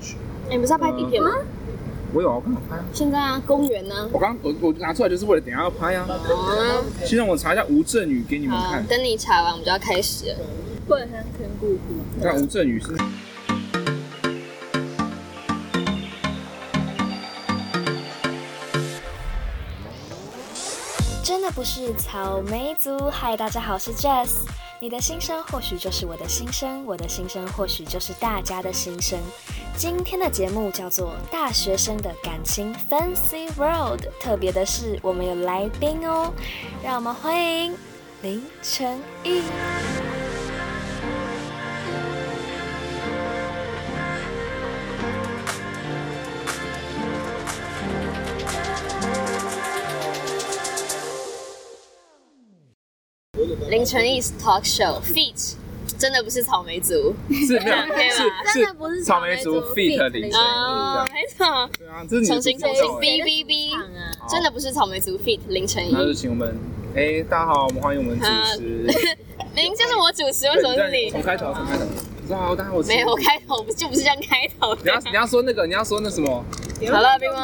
去。哎你不是要拍地铁吗？我有啊，我刚好拍啊，现在啊，公园呢？我刚我我拿出来就是为了等一下要拍啊。啊，先让我查一下吴镇宇给你们好看，，等啊你查完我们就要开始了。不能很坑姑姑。看吴 镇宇是真的不是草莓族。嗨，大家好，我是 Jess。你的心声或许就是我的心声，我的心声或许就是大家的心声。今天的节目叫做《大学生的感情 Fancy World》，特别的是我们有来宾哦，让我们欢迎林晨毅。凌晨 is talk show feat，真的不是草莓族是没有可以吧是真的不是草草莓莓族族 feat feat 林晨林晨毅啊，这样，没错，对啊，这 是你的重新主重角新哎 B B B，唱啊，好真的不是草莓族 feat 凌晨一那，就请我们哎大家好，我们欢迎我们主持， 明明就是我主持，为什么是对你再？从开头从开头，你知道大家好我是没有，我开头不就不是这样开头你的要。你要说那个你要说那什么， 好了，冰对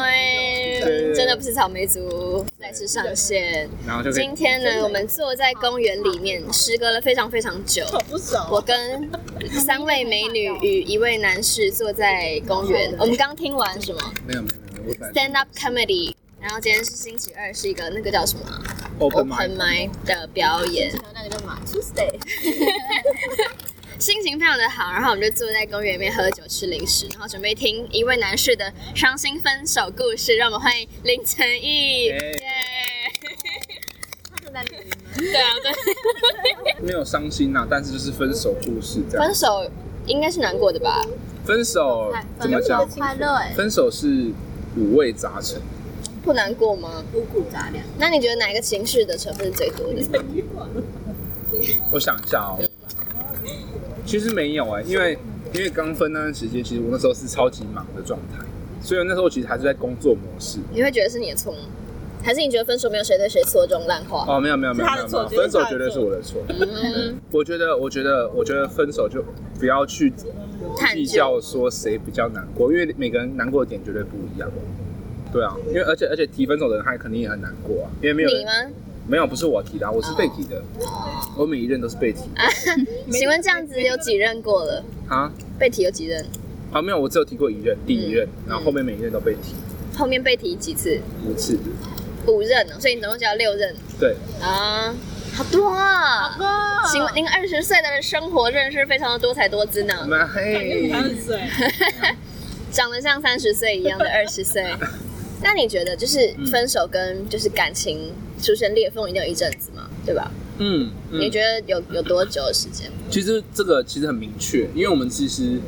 威，真的不是草莓族，再次上线。然后就可以今天呢，我们坐在公园里面，时隔了非常非常久，不熟。我跟三位美女与一位男士坐在公园。我们刚听完什么没有没有没有，我本来 stand up comedy，然后今天是星期二，是一个那个叫什么啊 open open mic， mic 的表演，那个叫什么 Tuesday，心情非常的好。然后我们就坐在公园里面喝酒吃零食，然后准备听一位男士的伤心分手故事。让我们欢迎林晨毅。哎耶！ 他正在录音吗？对啊， 对，没有伤心呐，但是就是分手故事这样分，手应该是难过的吧？分手怎么讲？快乐哎，分手是五味杂陈，不难过吗？五谷杂粮。那你觉得哪一个情绪的成分是最多的？我想一下哦，其实没有哎、因为因为刚分那段时间，其实我那时候是超级忙的状态，所以那时候其实还是在工作模式。你会觉得是你的错吗？还是你觉得分手没有谁对谁错这种烂话？哦，没有没有没有他没的有，没有错分手绝绝对对是是我的错。嗯，我觉得，我觉得，我觉得分手就不要去探计究较说谁比较难过，因为每个人难过的点绝对不一样。对啊，因为而且而且提分手的人他肯定也很难过啊，因为没有你人吗？没有不是我提的啊、我是被提的，我每一任都是被提的啊，请问这样子有几任过了？啊被提有几任？啊没有，我只有提过一任，第一任，然后后面每一任都被提后面被提几次？五次，五任哦，所以你总共只要六任对。啊，好多啊！ 请问您二十岁的生活认识非常的多才多姿呢，妈嘿，岁，长得像三十岁一样的二十岁。那你觉得就是分手跟就是感情出现裂缝一定有一阵子嘛，对吧？嗯，你嗯觉得有有多久的时间？其实这个其实很明确，因为我们其实，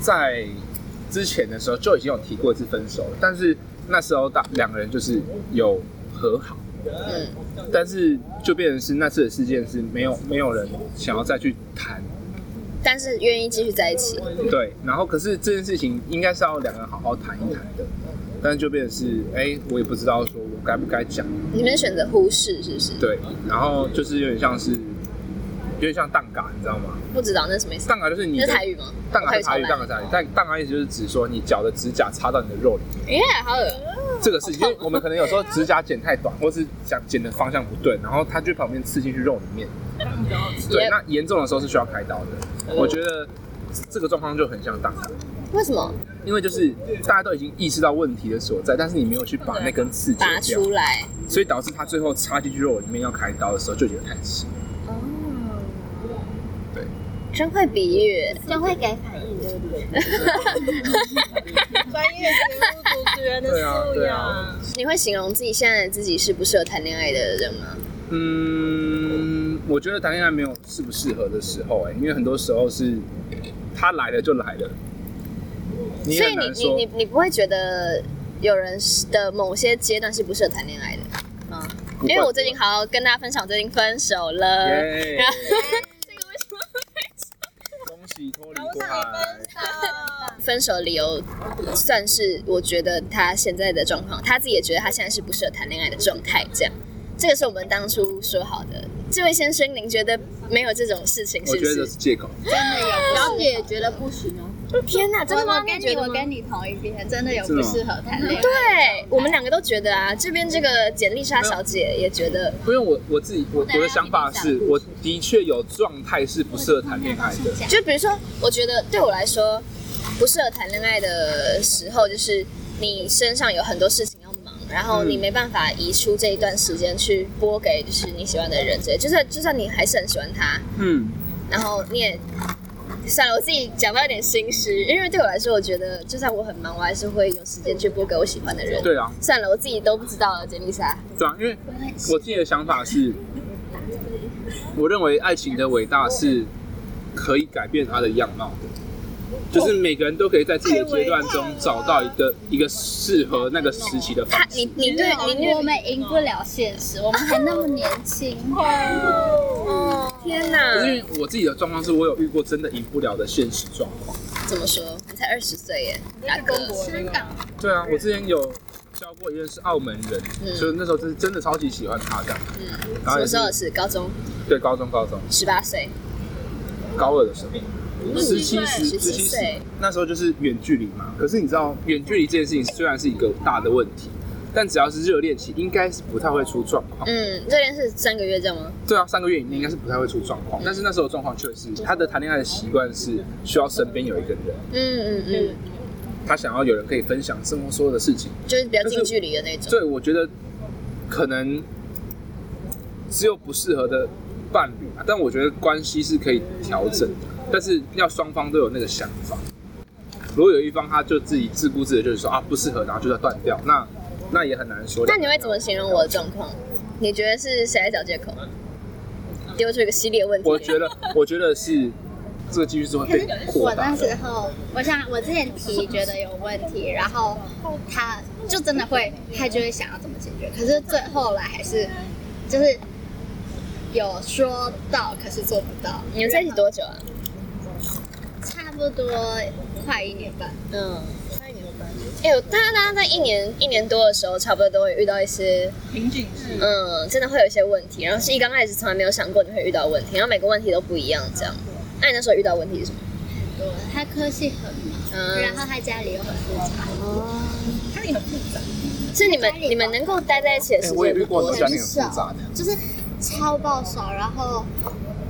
在之前的时候就已经有提过一次分手了，但是那时候大两个人就是有和好，嗯，但是就变成是那次的事件是没有没有人想要再去谈，但是愿意继续在一起。对，然后可是这件事情应该是要两个人好好谈一谈的，但是就变成是，哎、我也不知道说我该不该讲，你们选择忽视是不是？对，然后就是有点像是，有点像荡嘎，你知道吗？不知道那是什么意思？荡嘎就是你那的是台语吗？蛋糕我是茶语，蛋超糕烂是茶语，但蛋糕意思就是指说你脚的指甲插到你的肉里面，耶，好恶这个事情，因为我们可能有时候指甲剪太短，或是想剪的方向不对，然后它就旁边刺进去肉里面。对， Yep 嗯那严重的时候是需要开刀的。我觉得这个状况就很像蛋糕，为什么因为就是大家都已经意识到问题的所在，但是你没有去把那根刺拔剪掉，出来？所以导致它最后插进去肉里面要开刀的时候就觉得太迟。哦，对，真会比喻。就会给反应，对不对？专业节目主持人的对啊，素对养啊。，你会形容自己现在的自己是不适合谈恋爱的人吗？嗯，我觉得谈恋爱没有适不适合的时候、哎，因为很多时候是他来了就来了，你所以很你难你说你你不会觉得有人的某些阶段是不适合谈恋爱的吗？不会因为我最近好好跟大家分享，我最近分手了。 耶然后这个为什么 恭喜脱离过海。分手理由算是我觉得他现在的状况，他自己也觉得他现在是不适合谈恋爱的状态。这样，这个是我们当初说好的。这位先生，您觉得没有这种事情我是不觉得这是？是借口，小姐觉得不行哦，天哪，真的吗？我跟觉你得吗我跟你同一边，真的有真的不吗适合谈恋爱。对我们两个都觉得啊，这边这个简丽莎小姐也觉得，因为我我自己我大家我的想法要是理解，我的确有状态是不适合谈恋爱的。就比如说，我觉得对我来说不适合谈恋爱的时候，就是你身上有很多事情要忙，然后你嗯没办法移出这一段时间去拨给就是你喜欢的人之类。就算就算你还是很喜欢他，嗯，然后你也算了，我自己讲到有点心虚，因为对我来说，我觉得就算我很忙，我还是会有时间去拨给我喜欢的人。对啊，算了，我自己都不知道了，简丽莎。对啊，因为我自己的想法是，我认为爱情的伟大是可以改变它的样貌的，就是每个人都可以在自己的阶段中找到一个一个适合那个时期的方他，式。你你对你我对，们赢不了现实，我们还那么年轻。哦天可是因哪！为我自己的状况是我有遇过真的赢不了的现实状况。怎么说？你才二十岁耶，啊大哥。香港对啊，我之前有交过一个是澳门人，嗯所以那时候真真的超级喜欢他这样。嗯，然什后也么是时候是高中？对，高中高中十八岁。高二的时候。十七十17十七十岁，那时候就是远距离嘛。可是你知道，远距离这件事情虽然是一个大的问题，但只要是热恋期，应该是不太会出状况。嗯，这边是三个月这样吗？对啊，三个月以内应该是不太会出状况。但是那时候的状况却是，他的谈恋爱的习惯是需要身边有一个人，嗯嗯嗯，他想要有人可以分享生活所有的事情。就是比较近距离的那种。所以我觉得可能只有不适合的伴侣啊，但我觉得关系是可以调整的，但是要双方都有那个想法。如果有一方他就自己自顾自的，就是说啊不适合，然后就要断掉，那那也很难说。那你会怎么形容我的状况？你觉得是谁在找借口？丢出一个系列问题。我觉 得，我觉得是这个几率是会被扩我大那的。时候，我想我之前提觉得有问题，然后他就真的会，他就会想要怎么解决。可是最后来还是就是有说到，可是做不到。你们在一起多久啊？差不多快一年半，嗯。哎、我大家大家在一年一年多的时候，差不多都会遇到一些瓶颈是嗯，真的会有一些问题，然后是一刚开始从来没有想过你会遇到问题，然后每个问题都不一样这样。那你那时候遇到问题是什么？对，他科系很忙，然嗯，后他家里又很复杂，家里很复杂，是你们你们能够待在一起的时哎间我也遇过不很多家庭很复杂的，就是超爆少，然后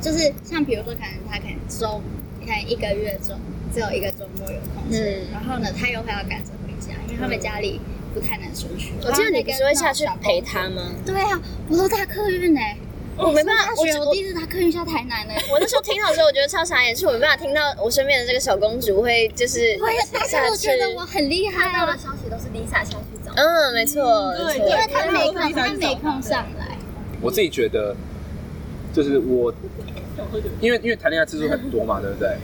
就是像比如说，可能他可能周，可能一个月中只有一个周末有空，嗯嗯，然后呢，他又会要赶着回家，因为他们家里不太能出去。我记得你不是会下去陪？他吗？对啊，我都搭客运呢、我哦没办法，大我学我我第一次搭客运下台南呢、我那时候听到的时候，我觉得超傻眼，是我没办法听到我身边的这个小公主会就是 我也，大家都觉下得去我很厉害看到啊呃的，消息都是 Lisa 下去找，嗯，没错，没对错因对为他没 空，他没空上来。我自己觉得，就是我，因为因为谈恋爱次数很多嘛，对不对？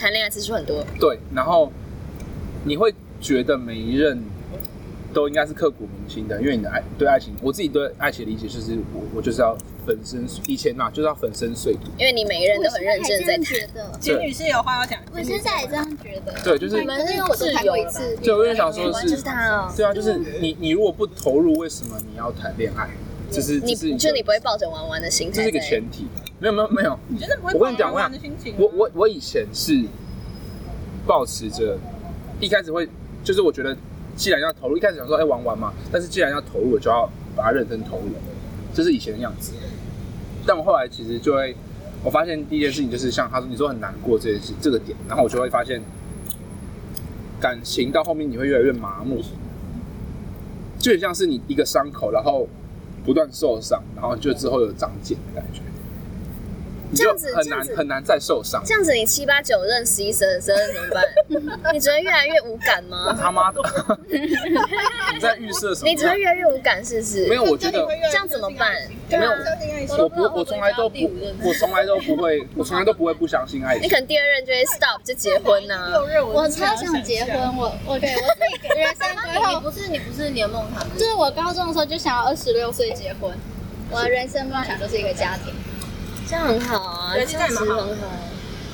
谈恋爱次数很多，对，然后你会觉得每一任都应该是刻骨铭心的，因为你的爱对爱情，我自己对爱情的理解就是我我就是要粉身以前嘛就是要粉身碎骨，因为你每一个人都很认真地在我谈。现在还这样觉得，简女士有话要讲。我现在也这样觉得。对，就是可是因为我只谈过一次，对，我就想说就是是，他哦，对啊，就是你你如果不投入，为什么你要谈恋爱？这是这你是一个就你不会抱着玩玩的心态在，这是一个前提，没有没有没有，你觉得不会我跟你讲我的啊心情吗我我我以前是保持着一开始会，就是我觉得既然要投入，一开始想说哎、玩玩嘛，但是既然要投入，我就要把它认真投入，这是以前的样子。但我后来其实就会，我发现第一件事情就是像他说你说很难过这件事这个点，然后我就会发现感情到后面你会越来越麻木，就很像是你一个伤口，然后不断受伤，然后就之后有长茧的感觉。你这就样子很这样难子很难再受伤，这样子，你七八九任十一十二十二怎么 办？你只会越来越无感那吗？他妈 的，你在预设什么？你只会越来越无感，是不是？没有，我觉得这这样怎么办？没啊有，我我不，我从来都不，我从来都不会，我从来都不会不相信爱你 情。可能第二任就会 stop 就结婚啊呢、我超想结婚，我我对我自己人生规你划，不是你不是你的梦想，就是我高中的时候就想要二十六岁结婚，我的人生梦想就是一个家庭，这样很好啊，对这样子这样很好。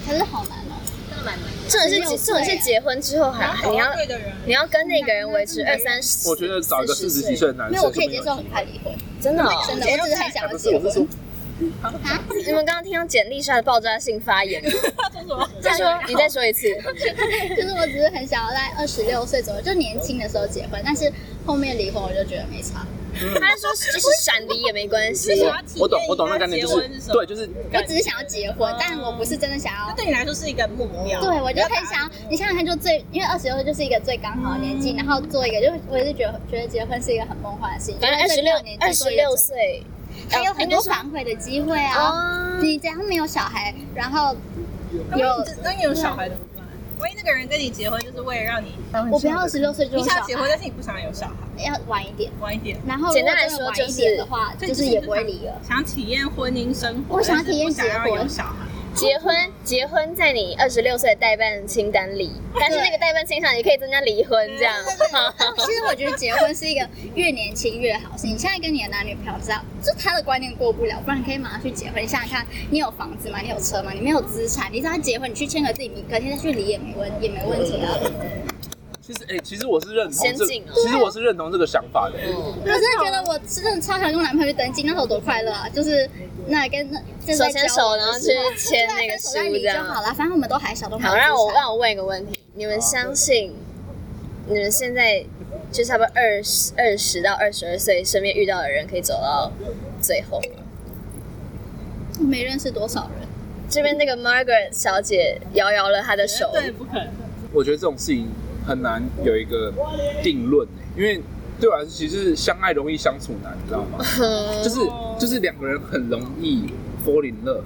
可是好难哦。真的蛮难的。这种是16这种是岁啊结婚之后还你要对的人，你要跟那个人维持二三十，我觉得找一个四十几40岁岁的男没生有，是我没可以接有受机很快离婚，真的哦、真的，我只是很想哎要不是，结我是说婚。，你们刚刚听到简历上的爆炸性发言吗，他说什么？再说你再说一次， 就是我只是很想要在二十六岁左右，就年轻的时候结婚，但是后面离婚我就觉得没差。他说就是闪离也没关系是，想要体验我懂，我懂那概念，就结婚是什么对，就是哎我只是想要结婚，但我不是真的想要那。对你来说是一个目标。对，我就很想要，你想想看，就最因为二十六岁就是一个最刚好的年嗯纪，然后做一个，就我也是觉得觉得结婚是一个很梦幻的事情。反正二就十是六这个年纪二十做一个六啊岁，还有很多应该说反悔的机会啊。哦，你只要没有小孩，然后那万一这，那你有小孩怎么办？万一那个人跟你结婚，就是为了让你，我不要二十六岁就你有小想结婚，孩，但是你不想有小孩，要晚一点。晚一点。然后简单来如果真说就的晚是一点的话，所以就是你也就不会离了。想体验婚姻生活，我想体验但是不想结要婚有小孩。结婚结婚在你二十六岁的代办清单里，但是那个代办清单也可以增加离婚这样， 其实我觉得结婚是一个越年轻越好事。你现在跟你的男女朋友知道，就他的观念过不了，不然你可以马上去结婚。你想想看，你有房子吗？你有车吗？你没有资产，你只要结婚，你去签个字，你隔天再去离也没问也没 问题啊。其实哎、其实我是认同先这，进哦其实我是认同这个想法的。我真的觉得我真的超想跟我男朋友去登记，那时候多快乐啊！就是那跟那就是手在牵交手，往然后的去时候签那个手书在离这就样。好了，反正我们都还小，都没有好，让我资产让我问一个问题：你们好相信你们现在就差不多二十二十到二十二岁，身边遇到的人可以走到最后吗？我没认识多少人。这边那个 Margaret 小姐摇摇了她的手，对，不可能。我觉得这种事情很难有一个定论、因为对我来说，其实相爱容易相处难，你知道吗？嗯就是就是两个人很容易 fall in love，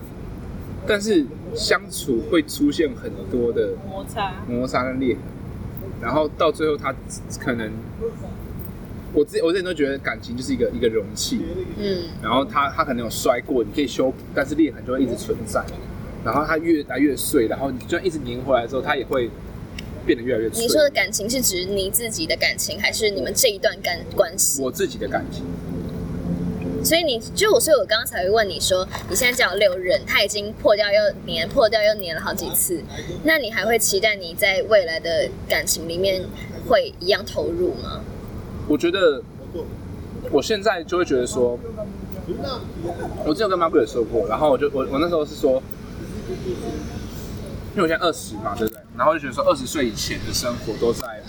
但是相处会出现很多的摩擦。摩擦跟裂痕，然后到最后他可能，我之我之前都觉得感情就是一个一个容器，嗯，然后它它可能有摔过，你可以修补，但是裂痕就会一直存在，然后它越来越碎，然后你就算一直粘回来之后，它也会变得越来越脆。你说的感情是指你自己的感情，还是你们这一段感关系？我自己的感情，所以你就我，所以我刚刚才会问你说，你现在只有六任，它已经破掉又粘，破掉又粘了好几次，那你还会期待你在未来的感情里面会一样投入吗？我觉得我现在就会觉得说，我之前有跟 Margaret 说过，然后我就我我那时候是说，因为我现在二十嘛，对不对？然后就觉得说，二十岁以前的生活都在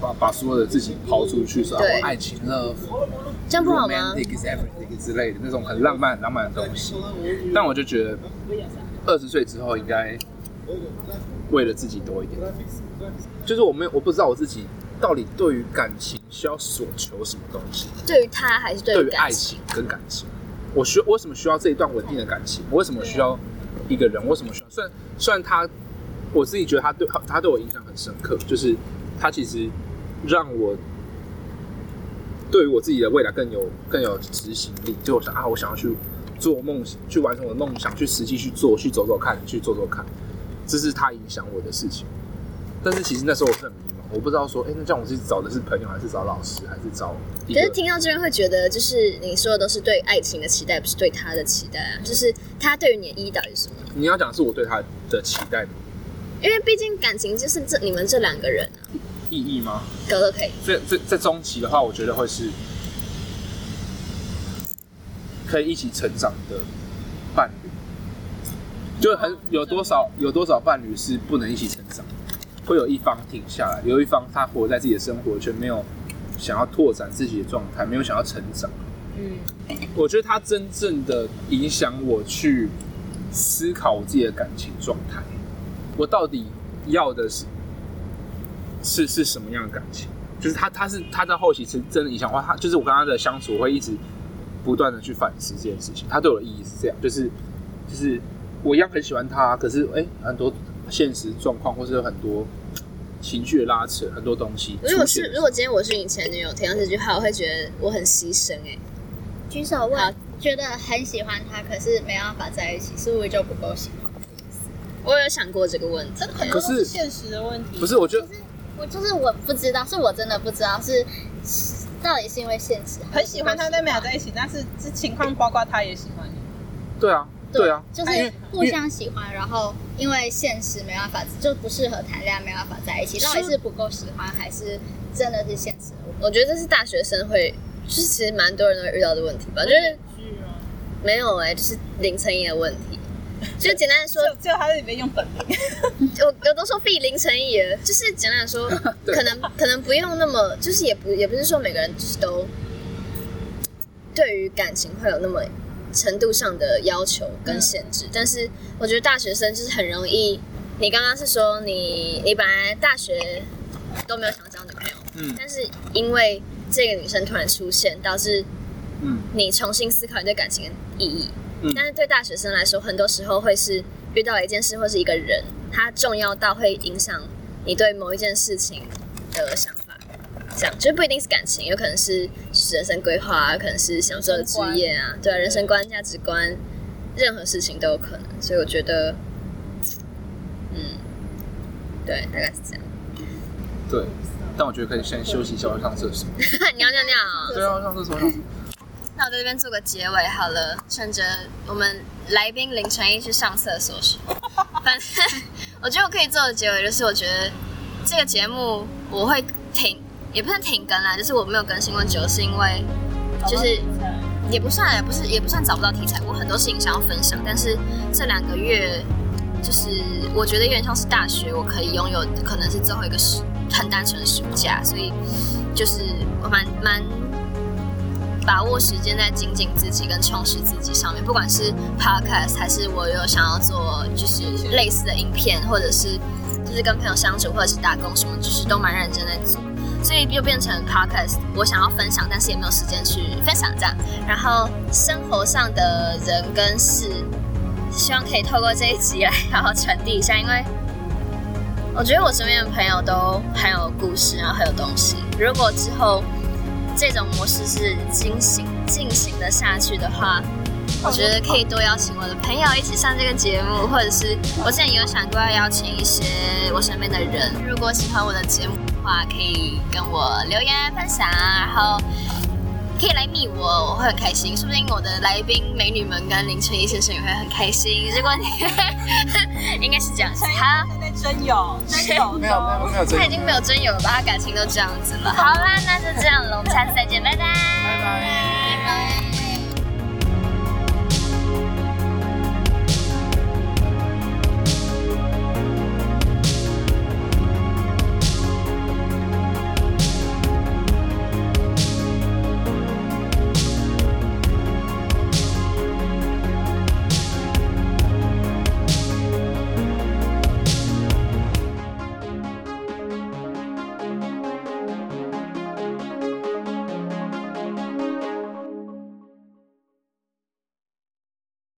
把把所有的自己抛出去，说啊对我爱情、love、这样不好吗？ Romantic is everything 之类的那种很浪漫、很浪漫的东西。但我就觉得，二十岁之后应该为了自己多一点。就是我没有，我不知道我自己到底对于感情需要所求什么东西，对于他还是对对于于爱感情？情跟感情，我需我为什么需要这一段稳定的感情？我为什么需要一个人？我为什么需要？虽然虽然他，我自己觉得他对他他对我影响很深刻，就是他其实让我对于我自己的未来更有更有执行力。就我想啊，我想要去做梦，去完成我的梦想，去实际去做，去走走看，去做做看，这是他影响我的事情。但是其实那时候我是很迷茫，我不知道说，哎、那这样我是找的是朋友，还是找老师，还是找一可个是听到这边会觉得，就是你说的都是对爱情的期待，不是对他的期待啊。就是他对于你的意义到底是什么？你要讲的是我对他的期待吗因为毕竟感情就是这你们这两个人啊，意义吗？哥哥可以。这这这中期的话，我觉得会是可以一起成长的伴侣，就很有多少有多少伴侣是不能一起成长，会有一方停下来，有一方他活在自己的生活圈，没有想要拓展自己的状态，没有想要成长。嗯，我觉得他真正的影响我去思考我自己的感情状态，我到底要的是是是什么样的感情？就是他他是他在后期是真的影响我，他就是我跟他的相处，我会一直不断的去反思这件事情。他对我的意义是这样，就是就是我一样很喜欢他，可是哎、很多现实状况或是有很多情绪的拉扯，很多东西出现的时候。如果是如果今天我是你前女友，听到这句话，我会觉得我很牺牲哎、举手好问，觉得很喜欢他，可是没办法在一起，是不是就不够喜欢？我有想过这个问题这，很可多是都是现实的问题。不是，我觉得我就是我不知道，是我真的不知道是到底是因为现实，很喜欢他，但没有在一起，但是这情况包括他也喜欢你。对啊对啊，就哎因为是互因为相喜欢，然后因为现实没办法，就不适合谈恋爱，没办法在一起，到底是不够喜欢，还是真的是现实？我觉得这是大学生会，就是其实蛮多人都会遇到的问题吧，就是。没有哎、就是林成义的问题。就简单的说，就只有他在里面用本名，我我都说必林成义了，就是简单的说，对可能可能不用那么，就是也不也不是说每个人就是都对于感情会有那么程度上的要求跟限制，但是我觉得大学生就是很容易，你刚刚是说你你本来大学都没有想交女朋友，嗯但是因为这个女生突然出现，导致嗯你重新思考你对感情的意义。嗯但是对大学生来说，很多时候会是遇到了一件事或是一个人，它重要到会影响你对某一件事情的想法。这样就是不一定是感情，有可能是人生规划啊，有可能是享受的职业啊，对啊，人生观、价值观，任何事情都有可能。所以我觉得，嗯，对，大概是这样。 对。但我觉得可以先休息一下，我去上厕所。尿尿哦尿。对啊，上厕所，上厕所。那我在这边做个结尾好了，趁着我们来宾林晨一去上厕所时，反正我觉得我可以做的结尾就是，我觉得这个节目我会停，也不算停更啦，就是我没有更新过久，是因为就是也不算也不是也不算找不到题材，我很多事情想要分享，但是这两个月就是我觉得有点像是大学，我可以拥有的可能是最后一个暑很单纯的暑假，所以就是我蛮蛮把握时间在精进自己跟充实自己上面，不管是 podcast 还是我有想要做就是类似的影片，或者是就是跟朋友相处，或者是打工什么，就是都蛮认真在做。所以就变成 podcast，我想要分享，但是也没有时间去分享这样。然后生活上的人跟事，希望可以透过这一集来好好传递一下，因为我觉得我身边的朋友都很有故事，然后很有东西。如果之后这种模式是进行进行的下去的话，我觉得可以多邀请我的朋友一起上这个节目，或者是我之前有想过要邀请一些我身边的人。如果喜欢我的节目的话，可以跟我留言分享，然后可以来密我，我会很开心。说不定我的来宾美女们跟林春一先生也会很开心。如果你 应该是这样，好。他在真友，真友没有没有没有这他个已。经没有真友了吧？他感情都这样子了。好啦，那就这样了，我们下次再见，拜拜。拜拜。